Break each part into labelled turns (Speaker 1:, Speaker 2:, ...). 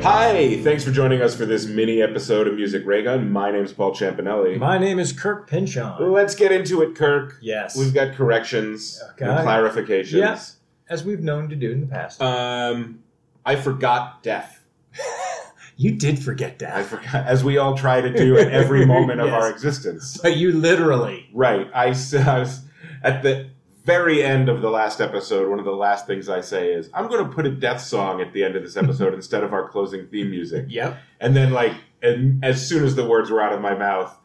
Speaker 1: Thanks for joining us for this mini episode of Music Raygun. My name's Paul Champanelli.
Speaker 2: My name is Kirk Pinchon.
Speaker 1: Let's get into it, Kirk.
Speaker 2: Yes.
Speaker 1: We've got corrections
Speaker 2: Okay.
Speaker 1: and clarifications.
Speaker 2: Yeah. As we've known to do in the past.
Speaker 1: Um, I forgot death.
Speaker 2: you did forget
Speaker 1: I
Speaker 2: that.
Speaker 1: forgot, as we all try to do at every moment of
Speaker 2: Yes.
Speaker 1: our existence.
Speaker 2: But you literally.
Speaker 1: Right. I, s- I was at the very end of the last episode. One of the last things I say is, "I'm going to put a death song at the end of this episode instead of our closing theme music."
Speaker 2: Yep.
Speaker 1: And then, like, and as soon as the words were out of my mouth,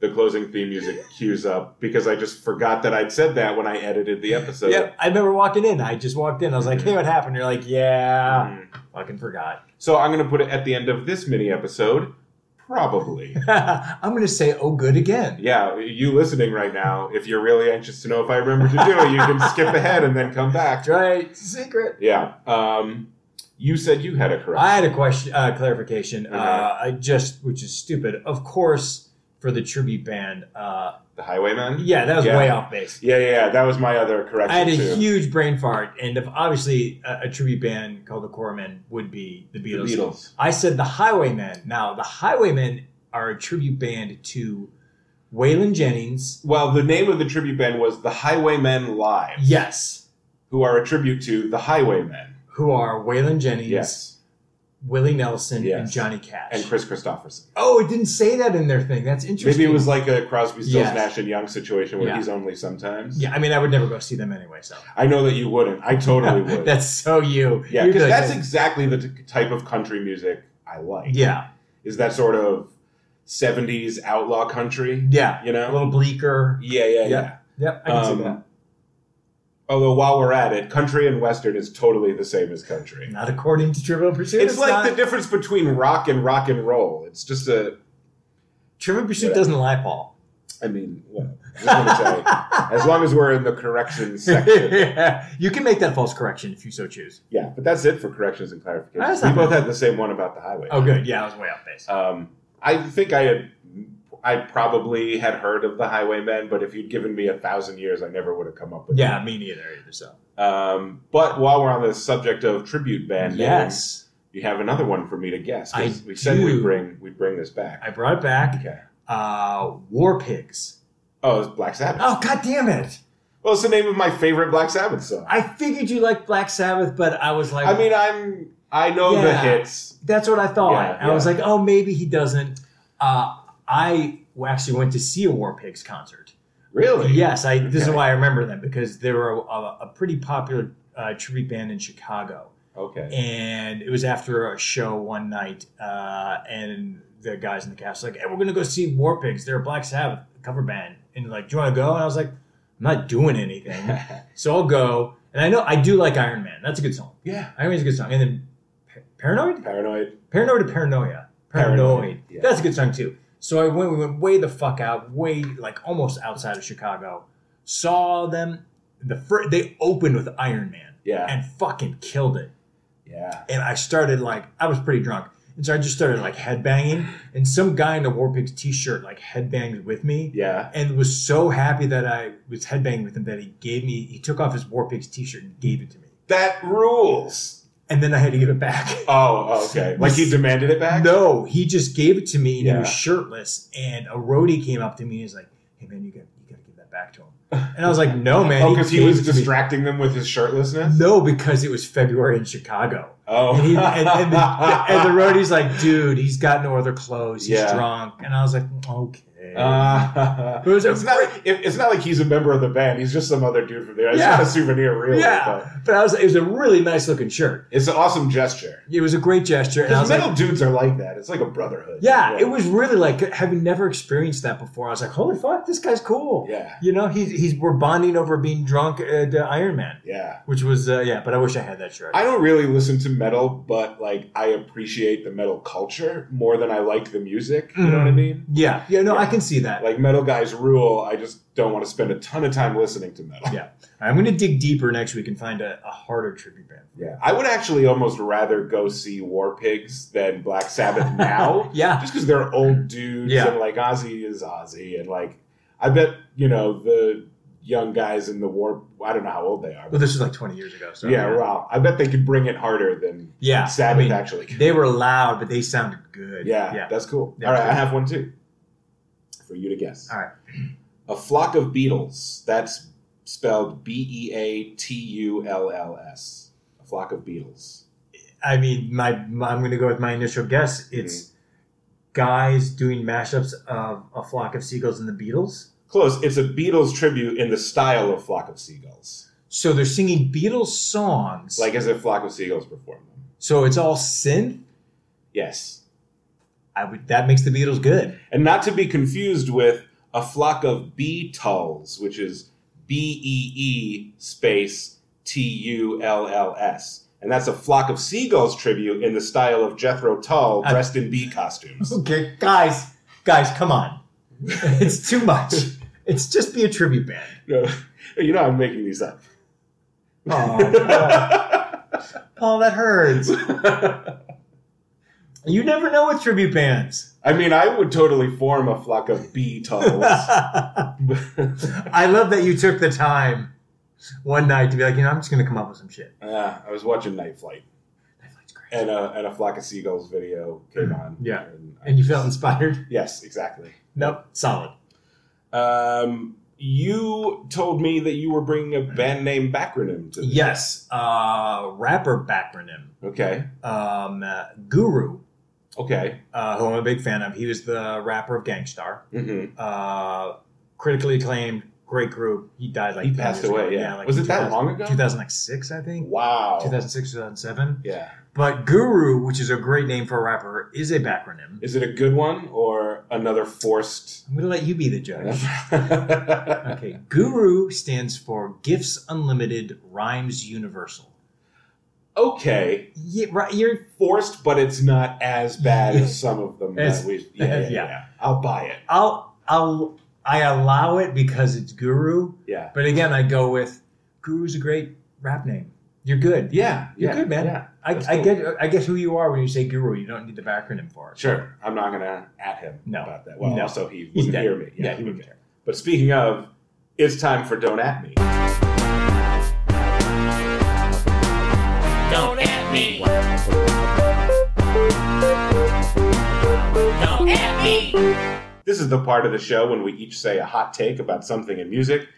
Speaker 1: the closing theme music cues up because I just forgot that I'd said that when I edited the episode.
Speaker 2: Yep. I remember walking in. I just walked in. I was like,
Speaker 1: Mhm.
Speaker 2: hey, what happened? You're like, yeah,
Speaker 1: Mm.
Speaker 2: fucking forgot.
Speaker 1: So I'm going to put it at the end of this mini episode. Probably.
Speaker 2: I'm going to say, oh, good again.
Speaker 1: Yeah, you listening right now, if you're really anxious to know if I remember to do it, you can skip ahead and then come back.
Speaker 2: That's right. Secret.
Speaker 1: Yeah. Um, you said you had a correction.
Speaker 2: I had a question, uh, clarification. Uh,
Speaker 1: Mhm.
Speaker 2: I just, which is stupid. Of course, for the tribute band. Uh,
Speaker 1: the Highwayman.
Speaker 2: yeah, that was
Speaker 1: Yeah.
Speaker 2: way off base.
Speaker 1: Yeah, yeah, yeah. That was my other correction
Speaker 2: I had a
Speaker 1: too.
Speaker 2: huge brain fart, and if obviously a, a tribute band called the Corpsmen would be the
Speaker 1: the
Speaker 2: Beatles.
Speaker 1: Beatles.
Speaker 2: I said the Highwaymen. Now the Highwaymen are a tribute band to Waylon Jennings.
Speaker 1: Well, the name of the tribute band was the Highwaymen Live,
Speaker 2: Yes,
Speaker 1: who are a tribute to the Highwaymen.
Speaker 2: who are Waylon Jennings,
Speaker 1: Yes,
Speaker 2: Willie Nelson, and
Speaker 1: Yes.
Speaker 2: Johnny Cash.
Speaker 1: and Chris Christopherson.
Speaker 2: oh, it didn't say that in their thing. That's interesting.
Speaker 1: Maybe it was like a Crosby, Stills,
Speaker 2: Yes.
Speaker 1: Nash and Young situation where
Speaker 2: Yeah.
Speaker 1: he's only sometimes.
Speaker 2: Yeah, I mean, I would never go see them anyway. So
Speaker 1: I know that you wouldn't. I totally would.
Speaker 2: that's so you.
Speaker 1: yeah,
Speaker 2: You'd be
Speaker 1: because
Speaker 2: like, "Oh,
Speaker 1: that's exactly the t- type of country music I like.
Speaker 2: yeah,
Speaker 1: is that sort of '70s outlaw country.
Speaker 2: yeah,
Speaker 1: You
Speaker 2: a
Speaker 1: know.
Speaker 2: little bleaker.
Speaker 1: Yeah, yeah,
Speaker 2: Yeah.
Speaker 1: yeah.
Speaker 2: Yep, I can see
Speaker 1: Um,
Speaker 2: that.
Speaker 1: Although while we're at it, country and western is totally the same as country.
Speaker 2: Not according to Trivial Pursuit.
Speaker 1: It's, like
Speaker 2: not-
Speaker 1: the difference between rock and rock and roll. It's just a,
Speaker 2: Trivial Pursuit
Speaker 1: Whatever.
Speaker 2: doesn't lie, Paul.
Speaker 1: I mean, well, I just want to say, as long as we're in the corrections section,
Speaker 2: you can make that false correction if you so choose.
Speaker 1: yeah. But that's it for corrections and clarifications.
Speaker 2: That's
Speaker 1: We
Speaker 2: not
Speaker 1: both
Speaker 2: bad.
Speaker 1: had the same one about the highway.
Speaker 2: Oh, good. Yeah, I was way off base.
Speaker 1: Um, I think I had, I probably had heard of the Highwaymen, but if you'd given me a thousand years, I never would have come up with
Speaker 2: Yeah, me neither either. So
Speaker 1: it. Um, but while we're on the subject of tribute band names,
Speaker 2: yes,
Speaker 1: You have another one for me to guess. 'cause
Speaker 2: I
Speaker 1: we said we
Speaker 2: do.
Speaker 1: bring we bring this back.
Speaker 2: I brought it back.
Speaker 1: okay.
Speaker 2: Uh, War Pigs.
Speaker 1: Oh, it's Black Sabbath.
Speaker 2: Oh God damn it!
Speaker 1: Well, it's the name of my favorite Black Sabbath song. I,
Speaker 2: I figured you liked Black Sabbath, but I was like,
Speaker 1: mean, I'm I know the
Speaker 2: Yeah.
Speaker 1: hits.
Speaker 2: that's what I thought.
Speaker 1: Yeah,
Speaker 2: I was
Speaker 1: yeah.
Speaker 2: like, oh, maybe he doesn't. Uh, I actually went to see a War Pigs concert.
Speaker 1: Really?
Speaker 2: Yes, I. This is
Speaker 1: Okay.
Speaker 2: why I remember them because they were a, a, a pretty popular uh, tribute band in Chicago.
Speaker 1: Okay.
Speaker 2: and it was after a show one night, uh, and the guys in the cast were like, "Hey, we're gonna go see War Pigs. They're a Black Sabbath cover band." And like, "Do you want to go?" And I was like, "I'm not doing anything, so I'll go." And I know I do like Iron Man. That's a good song.
Speaker 1: yeah.
Speaker 2: Iron Man's a good song. And then Pa- Paranoid,
Speaker 1: Paranoid.
Speaker 2: Paranoid to Paranoia, Paranoid.
Speaker 1: Paranoid, yeah.
Speaker 2: That's a good song too. So I went. We went way the fuck out, way like almost outside of Chicago. Saw them. The fir- they opened with Iron Man
Speaker 1: Yeah.
Speaker 2: and fucking killed it
Speaker 1: Yeah.
Speaker 2: and I started like I was pretty drunk, and so I just started like headbanging, and some guy in a War Pigs t-shirt like headbanged with me,
Speaker 1: Yeah.
Speaker 2: and was so happy that I was headbanging with him that he gave me he took off his War Pigs t-shirt and gave it to me,
Speaker 1: That rules.
Speaker 2: and then I had to give it back.
Speaker 1: Oh, okay. Like he demanded it back?
Speaker 2: No, he just gave it to me, and he was
Speaker 1: Yeah.
Speaker 2: shirtless, and a roadie came up to me and he's like, "Hey man, you got you got to give that back to him," and I was like, "No man,
Speaker 1: Oh, because he
Speaker 2: gave
Speaker 1: was
Speaker 2: it to me."
Speaker 1: distracting them with his shirtlessness?
Speaker 2: No, because it was February in Chicago.
Speaker 1: Oh.
Speaker 2: And, he, and, and, the, and the roadie's like, dude, he's got no other clothes. He's
Speaker 1: Yeah.
Speaker 2: drunk. And I was like, okay.
Speaker 1: Uh,
Speaker 2: It was a
Speaker 1: it's not. Like, it- it's not like he's a member of the band. He's just some other dude from there. It's
Speaker 2: Yeah.
Speaker 1: not a souvenir, really. but-
Speaker 2: yeah. But I was, it was a really nice looking shirt.
Speaker 1: It's an awesome gesture.
Speaker 2: It was a great gesture. And I
Speaker 1: Because
Speaker 2: was
Speaker 1: metal
Speaker 2: like,
Speaker 1: dudes are like that. It's like a brotherhood.
Speaker 2: yeah, it was really like, having never experienced that before, I was like, holy fuck, this guy's cool.
Speaker 1: Yeah,
Speaker 2: You know, he's, he's, we're bonding over being drunk at uh, Iron Man,
Speaker 1: yeah.
Speaker 2: which was, uh, yeah, but I wish I had that shirt.
Speaker 1: I don't really listen to metal, but like I appreciate the metal culture more than I like the music. You
Speaker 2: Mm-hmm.
Speaker 1: know what I mean?
Speaker 2: yeah. Yeah, no,
Speaker 1: Yeah.
Speaker 2: I can see that.
Speaker 1: Like metal guys rule. I just don't want to spend a ton of time listening to metal.
Speaker 2: Yeah. I'm going to dig deeper next week and find a, a harder tribute band.
Speaker 1: Yeah. I would actually almost rather go see War Pigs than Black Sabbath now,
Speaker 2: yeah.
Speaker 1: just because they're old dudes
Speaker 2: Yeah.
Speaker 1: and like Ozzy is Ozzy, and like I bet you know the young guys in the war. I don't know how old they are.
Speaker 2: Well, this is like 20 years ago. So
Speaker 1: yeah, wow. I bet they could bring it harder than
Speaker 2: Yeah,
Speaker 1: Sabbath
Speaker 2: I mean,
Speaker 1: actually. could.
Speaker 2: they were loud, but they sounded good.
Speaker 1: Yeah,
Speaker 2: yeah.
Speaker 1: that's cool.
Speaker 2: Yeah,
Speaker 1: All right,
Speaker 2: sure.
Speaker 1: I have one too for you to guess.
Speaker 2: All right.
Speaker 1: A flock of beetles. That's spelled B E A T U L L S. A flock of beetles.
Speaker 2: I mean, my, my- I'm going to go with my initial guess. It's Mm-hmm. guys doing mashups of a flock of seagulls and the Beatles.
Speaker 1: Close. It's a Beatles tribute in the style of Flock of Seagulls,
Speaker 2: So they're singing Beatles songs.
Speaker 1: like as if Flock of Seagulls performed them.
Speaker 2: so it's all synth.
Speaker 1: Yes,
Speaker 2: I would that makes the Beatles good.
Speaker 1: and not to be confused with a flock of beetles, which is B E E space T U L L S. And that's a flock of seagulls tribute in the style of Jethro Tull
Speaker 2: I-
Speaker 1: dressed in bee costumes.
Speaker 2: Okay, guys, guys, come on. it's too much. It's just be a tribute band.
Speaker 1: No, you know I'm making these up.
Speaker 2: Oh, Paul, that hurts. You never know with tribute bands.
Speaker 1: I mean, I would totally form a flock of beetles.
Speaker 2: I love that you took the time one night to be like, you know, I'm just going to come up with some shit.
Speaker 1: Ah, I was watching Night Flight,
Speaker 2: Netflix great.
Speaker 1: and a, and a flock of seagulls video came on.
Speaker 2: Mm, Yeah.
Speaker 1: and, I
Speaker 2: And you
Speaker 1: just-
Speaker 2: felt inspired?
Speaker 1: yes, exactly.
Speaker 2: Nope. Solid.
Speaker 1: Um, you told me that you were bringing a band name backronym to this.
Speaker 2: Yes. Uh, rapper backronym,
Speaker 1: Okay.
Speaker 2: um, uh, Guru,
Speaker 1: Okay.
Speaker 2: uh, who I'm a big fan of. He was the rapper of Gangstar.
Speaker 1: hmm
Speaker 2: Uh, critically acclaimed, great group. He died like
Speaker 1: he
Speaker 2: 10
Speaker 1: passed
Speaker 2: years
Speaker 1: away.
Speaker 2: ago.
Speaker 1: Yeah.
Speaker 2: like
Speaker 1: was
Speaker 2: in
Speaker 1: it that
Speaker 2: 2000
Speaker 1: long ago?
Speaker 2: 2006, I think.
Speaker 1: Wow.
Speaker 2: 2006, 2007.
Speaker 1: Yeah.
Speaker 2: But Guru, which is a great name for a rapper, is a backronym.
Speaker 1: Is it a good one or another forced?
Speaker 2: I'm going to let you be the judge.
Speaker 1: okay.
Speaker 2: Okay, Guru stands for Gifts Unlimited Rhymes Universal. Yeah, right, you're
Speaker 1: Forced, but it's not as bad as some of them
Speaker 2: It's-
Speaker 1: that we. Yeah, yeah,
Speaker 2: yeah.
Speaker 1: yeah. I'll buy it.
Speaker 2: I'll I'll I allow it because it's Guru,
Speaker 1: Yeah.
Speaker 2: but again, I go with Guru's a great rap name. You're good.
Speaker 1: Yeah.
Speaker 2: You're
Speaker 1: yeah,
Speaker 2: good, man.
Speaker 1: Yeah.
Speaker 2: I,
Speaker 1: that's
Speaker 2: I
Speaker 1: cool.
Speaker 2: get I get who you are when you say Guru. You don't need the acronym for it.
Speaker 1: Sure. I'm not gonna at him
Speaker 2: No.
Speaker 1: about that. Well,
Speaker 2: No.
Speaker 1: also he
Speaker 2: He's
Speaker 1: wouldn't
Speaker 2: dead.
Speaker 1: hear me.
Speaker 2: Yeah, he wouldn't
Speaker 1: okay.
Speaker 2: care.
Speaker 1: But speaking of, it's time for Don't At Me.
Speaker 3: Don't at me. Don't at me.
Speaker 1: This is the part of the show when we each say a hot take about something in music,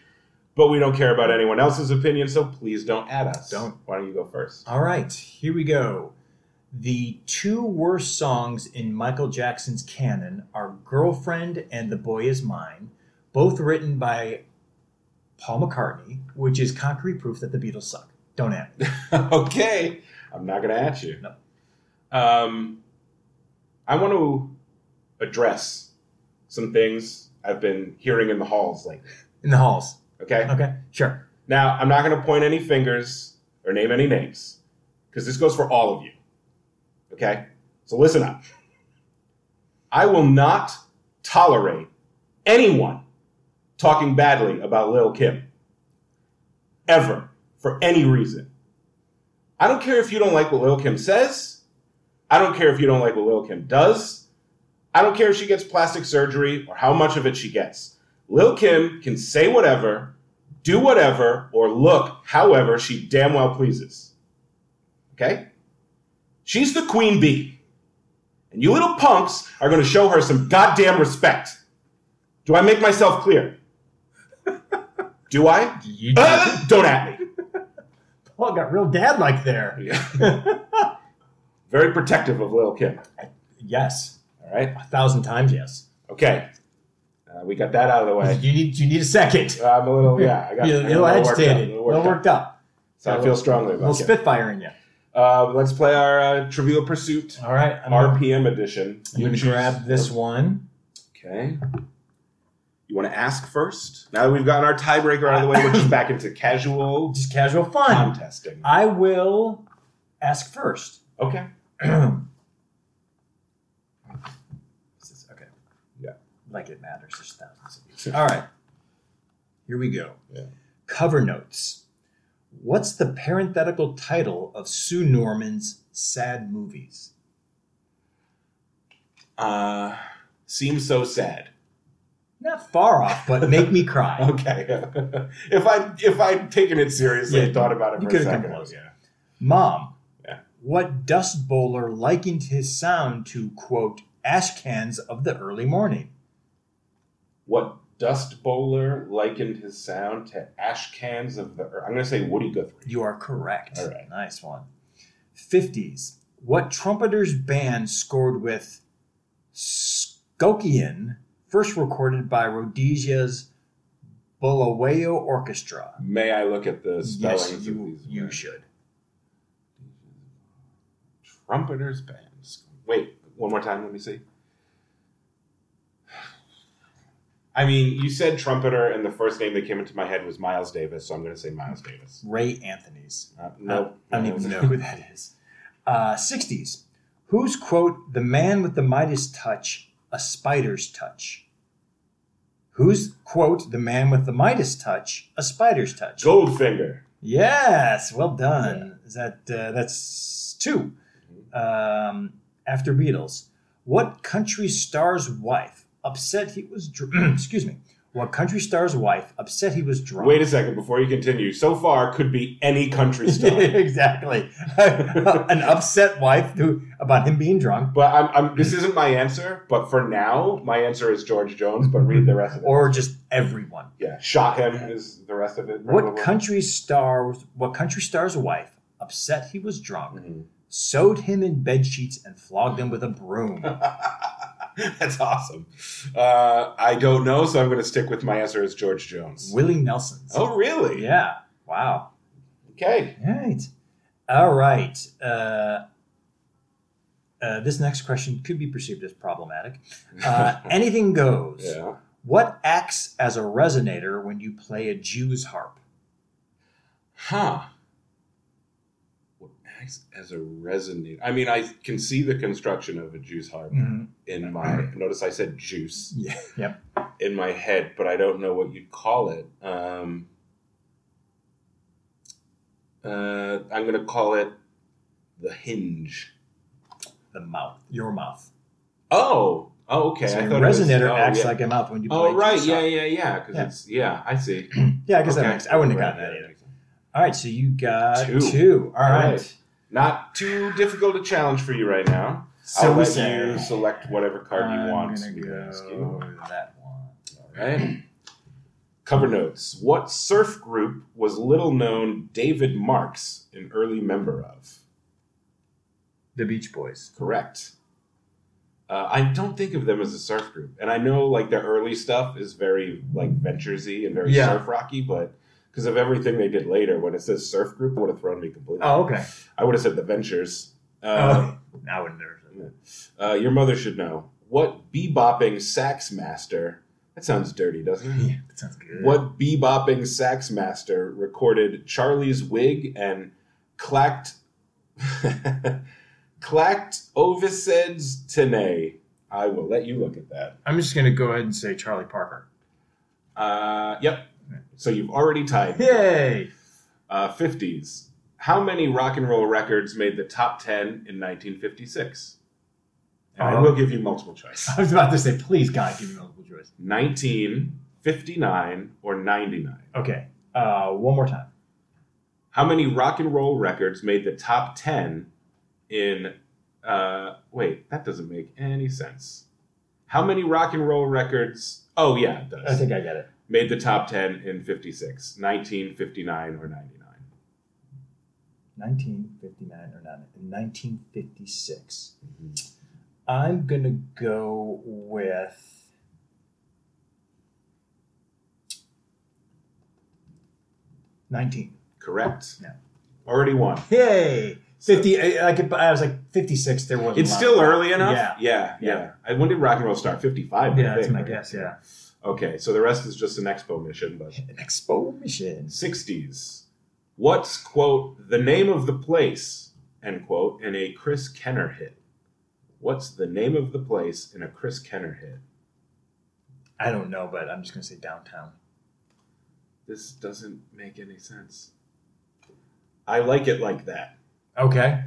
Speaker 1: but we don't care about anyone else's opinion, so please don't add us.
Speaker 2: Don't.
Speaker 1: Why don't you go first?
Speaker 2: All right, here we go. The two worst songs in Michael Jackson's canon are Girlfriend and The Boy Is Mine, both written by Paul McCartney, which is concrete proof that the Beatles suck. Don't at me.
Speaker 1: okay. I'm not going to at you.
Speaker 2: No.
Speaker 1: Um, I want to address some things I've been hearing in the halls lately.
Speaker 2: In the halls.
Speaker 1: Okay.
Speaker 2: Okay, sure.
Speaker 1: Now, I'm not going to point any fingers or name any names because this goes for all of you. Okay? So listen up. I will not tolerate anyone talking badly about Lil Kim ever for any reason. I don't care if you don't like what Lil Kim says. I don't care if you don't like what Lil Kim does. I don't care if she gets plastic surgery or how much of it she gets. Lil Kim can say whatever do whatever or look however she damn well pleases. Okay? She's the queen bee. And you little punks are going to show her some goddamn respect. Do I make myself clear? do I?
Speaker 2: You
Speaker 1: Uh, don't at me.
Speaker 2: Paul got real dad like there.
Speaker 1: Very protective of Lil Kim.
Speaker 2: Yes,
Speaker 1: All right?
Speaker 2: a thousand times yes.
Speaker 1: Okay. Uh, we got that out of the way.
Speaker 2: You need you need a second.
Speaker 1: Uh, I'm a little, yeah, I got
Speaker 2: You're
Speaker 1: I'm a
Speaker 2: a little
Speaker 1: worked up,
Speaker 2: agitated,
Speaker 1: a
Speaker 2: a
Speaker 1: little
Speaker 2: little
Speaker 1: worked up.
Speaker 2: worked up,
Speaker 1: So I feel strongly
Speaker 2: a little
Speaker 1: about it.
Speaker 2: spitfire in you.
Speaker 1: Uh, let's play our uh, Trivial Pursuit
Speaker 2: All right, I'm gonna-
Speaker 1: RPM edition.
Speaker 2: I'm going
Speaker 1: You
Speaker 2: to
Speaker 1: choose.
Speaker 2: grab this one.
Speaker 1: Okay. You want to ask first? Now that we've gotten our tiebreaker out of the way, we're just back into casual
Speaker 2: Just casual fun.
Speaker 1: contesting.
Speaker 2: I will ask first.
Speaker 1: Okay.
Speaker 2: This is- okay.
Speaker 1: Yeah.
Speaker 2: Like it matters. There's thousands of these. All right. Here we go.
Speaker 1: Yeah.
Speaker 2: Cover notes. What's the parenthetical title of Sue Norman's sad movies?
Speaker 1: Uh, seems so sad.
Speaker 2: Not far off, but make me cry.
Speaker 1: Okay. if I if I'd taken it seriously
Speaker 2: Yeah,
Speaker 1: and thought about it
Speaker 2: you
Speaker 1: for a
Speaker 2: could've come
Speaker 1: second,
Speaker 2: close.
Speaker 1: yeah.
Speaker 2: Mom,
Speaker 1: Yeah.
Speaker 2: what dust bowler likened his sound to, quote, ash cans of the early morning?
Speaker 1: What dust bowler likened his sound to ash cans of the? earth? I'm going to say Woody Guthrie.
Speaker 2: You are correct.
Speaker 1: All right.
Speaker 2: Nice one. 50s. What trumpeter's band scored with Skokian, first recorded by Rhodesia's Bulawayo Orchestra?
Speaker 1: May I look at the spellings
Speaker 2: Yes,
Speaker 1: of
Speaker 2: you,
Speaker 1: these?
Speaker 2: you
Speaker 1: words?
Speaker 2: should.
Speaker 1: Trumpeters bands. Wait, one more time. Let me see. I mean, you said trumpeter, and the first name that came into my head was Miles Davis, so I'm going to say Miles Davis.
Speaker 2: Ray Anthony's.
Speaker 1: Uh, no,
Speaker 2: I don't even know who that is. Uh, 60s. Who's, quote, the man with the Midas touch, a spider's touch? Who's, quote, the man with the Midas touch, a spider's touch?
Speaker 1: Goldfinger.
Speaker 2: Yes, well done. Is that uh, That's two. Um, after Beatles. What country star's wife upset he was dr- excuse me. What country star's wife upset he was drunk?
Speaker 1: Wait a second before you continue. So far, could be any country star.
Speaker 2: exactly. An upset wife who about him being drunk,
Speaker 1: but I'm, I'm, this isn't my answer. But for now, my answer is George Jones. But read the rest of it.
Speaker 2: or just everyone.
Speaker 1: yeah, shot him is the rest of it.
Speaker 2: What country star? What country star's wife upset he was drunk,
Speaker 1: Mhm.
Speaker 2: sewed him in bed sheets, and flogged him with a broom?
Speaker 1: That's awesome. Uh, I don't know, so I'm going to stick with my answer as George Jones.
Speaker 2: Willie Nelson's.
Speaker 1: Oh, really?
Speaker 2: yeah! Wow.
Speaker 1: Okay.
Speaker 2: All right. All right. Uh, uh, this next question could be perceived as problematic. Uh, anything goes.
Speaker 1: yeah.
Speaker 2: What acts as a resonator when you play a Jew's harp?
Speaker 1: Huh. What acts as a resonator? I mean, I can see the construction of a juice harp in my. Notice I said juice.
Speaker 2: Mm. Yeah. Yep.
Speaker 1: in my head, but I don't know what you'd call it. Um, uh, I'm going to call it the hinge.
Speaker 2: The mouth. Your mouth.
Speaker 1: Oh, oh, okay.
Speaker 2: so
Speaker 1: I
Speaker 2: your
Speaker 1: thought it was-
Speaker 2: resonator
Speaker 1: oh,
Speaker 2: acts
Speaker 1: yeah.
Speaker 2: like a mouth when you play.
Speaker 1: Oh, right.
Speaker 2: Jew's
Speaker 1: Yeah,
Speaker 2: harp.
Speaker 1: yeah, yeah. Because
Speaker 2: Yeah.
Speaker 1: it's yeah. I see.
Speaker 2: Yeah, I guess that
Speaker 1: Okay.
Speaker 2: makes. I wouldn't
Speaker 1: Right,
Speaker 2: have gotten
Speaker 1: yeah,
Speaker 2: that either.
Speaker 1: makes sense.
Speaker 2: All right, so you got
Speaker 1: Two.
Speaker 2: two. All
Speaker 1: All
Speaker 2: right.
Speaker 1: right. Not too difficult a challenge for you right now.
Speaker 2: So
Speaker 1: I'll
Speaker 2: we
Speaker 1: let
Speaker 2: say
Speaker 1: you select whatever card
Speaker 2: I'm
Speaker 1: you want.
Speaker 2: gonna
Speaker 1: me to
Speaker 2: go
Speaker 1: ask you.
Speaker 2: that one.
Speaker 1: Right. Cover notes. What surf group was little known David Marks an early member of?
Speaker 2: The Beach Boys.
Speaker 1: Correct. Uh, I don't think of them as a surf group, and I know like their early stuff is very like venturesy and very
Speaker 2: Yeah.
Speaker 1: surf rocky, but because of everything they did later, when it says surf group, it would have thrown me completely.
Speaker 2: Oh, okay.
Speaker 1: I would have said the Ventures. Uh,
Speaker 2: Oh, I wouldn't have. Oh.
Speaker 1: uh, your mother should know what bebopping sax master. That sounds dirty, doesn't it?
Speaker 2: Yeah, that sounds good.
Speaker 1: What bebopping sax master recorded Charlie's Wig and clacked clacked Oviseds Tene? I will let you look at that.
Speaker 2: I'm just gonna go ahead and say Charlie Parker.
Speaker 1: Uh, yep. So you've already tied.
Speaker 2: Yay!
Speaker 1: Uh, 50s. How many rock and roll records made the top 10 in 1956? And I
Speaker 2: Oh.
Speaker 1: will give you multiple choice.
Speaker 2: I was about to say, please, God, give me multiple choice.
Speaker 1: 19, 59, or 99?
Speaker 2: Okay, uh, one more time.
Speaker 1: How many rock and roll records made the top 10 in. Uh, wait, that doesn't make any sense. How many rock and roll records. Oh, yeah, it
Speaker 2: I
Speaker 1: does.
Speaker 2: think I get it.
Speaker 1: made the top 10 in 56, 19, 59, or 99.
Speaker 2: 1959 or not 1956. I'm gonna go with. Nineteen.
Speaker 1: Correct.
Speaker 2: Yeah.
Speaker 1: Already won.
Speaker 2: Yay! Fifty. I, I, could, I was like fifty-six. There was.
Speaker 1: It's still early enough?
Speaker 2: Yeah.
Speaker 1: Yeah,
Speaker 2: Yeah.
Speaker 1: yeah. I- When did rock and roll start? 55, I
Speaker 2: Yeah, that's
Speaker 1: think,
Speaker 2: my
Speaker 1: right?
Speaker 2: guess. Yeah.
Speaker 1: Okay, so the rest is just an expo mission, but.
Speaker 2: Expo missions.
Speaker 1: 60s. What's, quote, the name of the place, end quote, in a Chris Kenner hit? What's the name of the place in a Chris Kenner hit?
Speaker 2: I don't know, but I'm just gonna say downtown.
Speaker 1: This doesn't make any sense. I like it like that.
Speaker 2: Okay.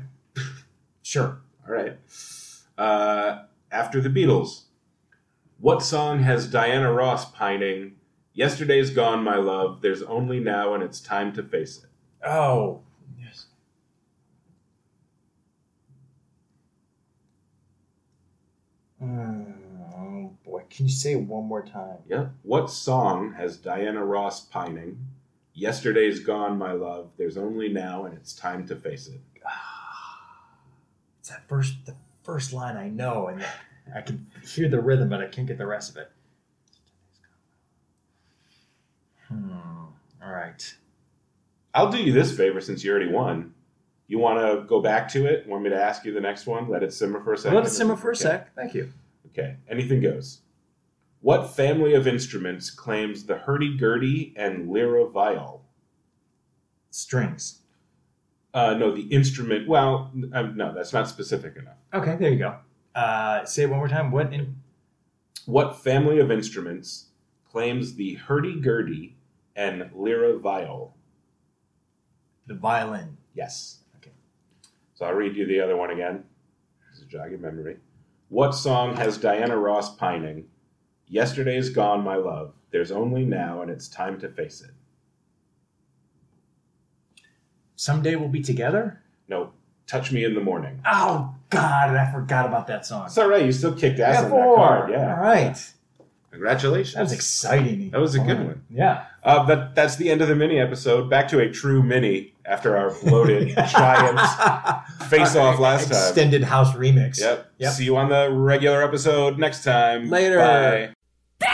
Speaker 2: sure.
Speaker 1: All right. Uh, after the Beatles, What song has Diana Ross pining? Yesterday's gone, my love. There's only now, and it's time to face it.
Speaker 2: Oh, yes. Oh boy, can you say it one more time?
Speaker 1: Yeah. What song has Diana Ross pining? Yesterday's gone, my love. There's only now, and it's time to face it.
Speaker 2: It's that first, the first line I know, and I can hear the rhythm, but I can't get the rest of it. Hmm. All right.
Speaker 1: I'll do you this favor since you already won. You want to go back to it? Want me to ask you the next one? Let it simmer for a second.
Speaker 2: Let it simmer for a
Speaker 1: Okay.
Speaker 2: sec. Thank you.
Speaker 1: Okay, anything goes. What family of instruments claims the hurdy-gurdy and lira viol?
Speaker 2: Strings.
Speaker 1: Uh, no, the instrument. Well, n- um, no, that's not specific enough.
Speaker 2: Okay, there you go. Uh, say it one more time. What? In-
Speaker 1: What family of instruments claims the hurdy-gurdy and lira viol?
Speaker 2: the violin.
Speaker 1: Yes.
Speaker 2: Okay.
Speaker 1: So I'll read you the other one again. This is a jog your memory. What song has Diana Ross pining? Yesterday's gone, my love. There's only now, and it's time to face it.
Speaker 2: Someday we'll be together.
Speaker 1: No, touch me in the morning.
Speaker 2: Oh God, I forgot about that song.
Speaker 1: It's all right. You still kicked ass on that
Speaker 2: Four. Uh-huh.
Speaker 1: card. Yeah.
Speaker 2: All right.
Speaker 1: Congratulations.
Speaker 2: That was exciting.
Speaker 1: That was a good one.
Speaker 2: Yeah.
Speaker 1: uh, that, that's the end of the mini episode. Back to a true mini after our bloated giant face off last time.
Speaker 2: Extended house remix.
Speaker 1: Yep.
Speaker 2: Yep.
Speaker 1: See you on the regular episode next time.
Speaker 2: Later.
Speaker 1: Bye.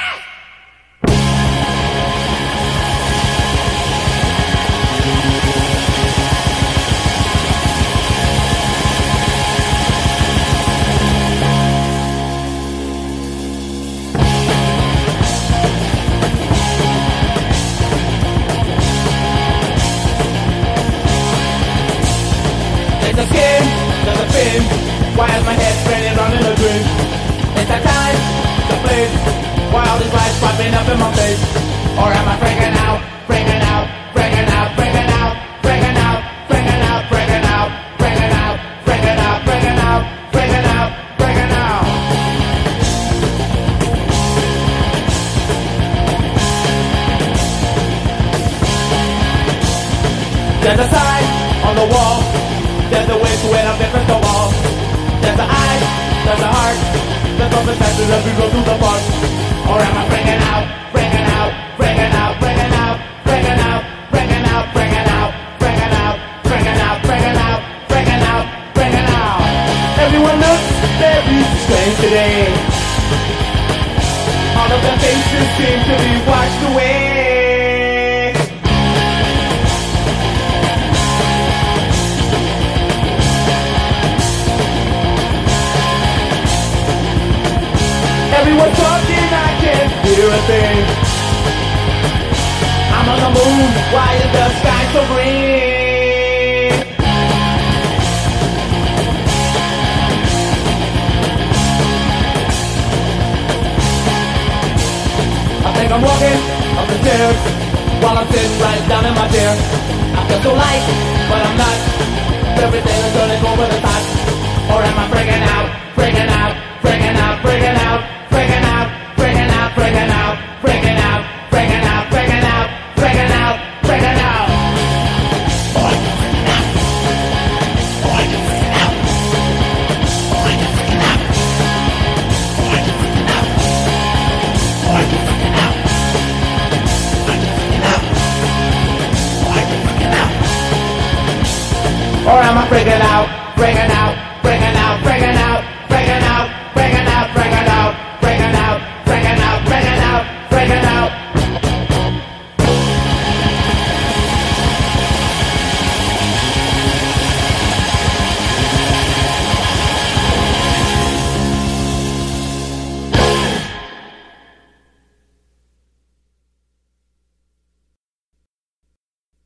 Speaker 3: There's a skin, there's a fin. Why is my head spinning round in a dream? It's that time, the place. Why all these lights popping up in my face? Or am I freaking out, freaking out, freaking out, freaking out, freaking out, freaking out, freaking out, freaking out, freaking out, freaking out, freaking out, freaking out? There's a sign on the wall. There's a way to it, I'm different from all. There's an eye, there's a heart. There's all the senses that we go through the park. Or am I bringing out, bringing out, bringing out, bringing out, bringing out, bringing out, bringing out, bringing out, bringing out, bringing out, bringing out, bringing out. Everyone looks very strange today. All of their faces seem to be washed away. Everyone's talking, I can't hear a thing. I'm on the moon, why is the sky so green? I think I'm walking up the stairs while I'm sitting right down in my chair. I feel so light, but I'm not. Everything is turning over the top. Or am I freaking out, freaking out, freaking out, freaking out, freaking out, freaking out, freaking out, freaking out, freaking out, freaking out, freaking out, freaking out? Or am I freaking out, freaking out,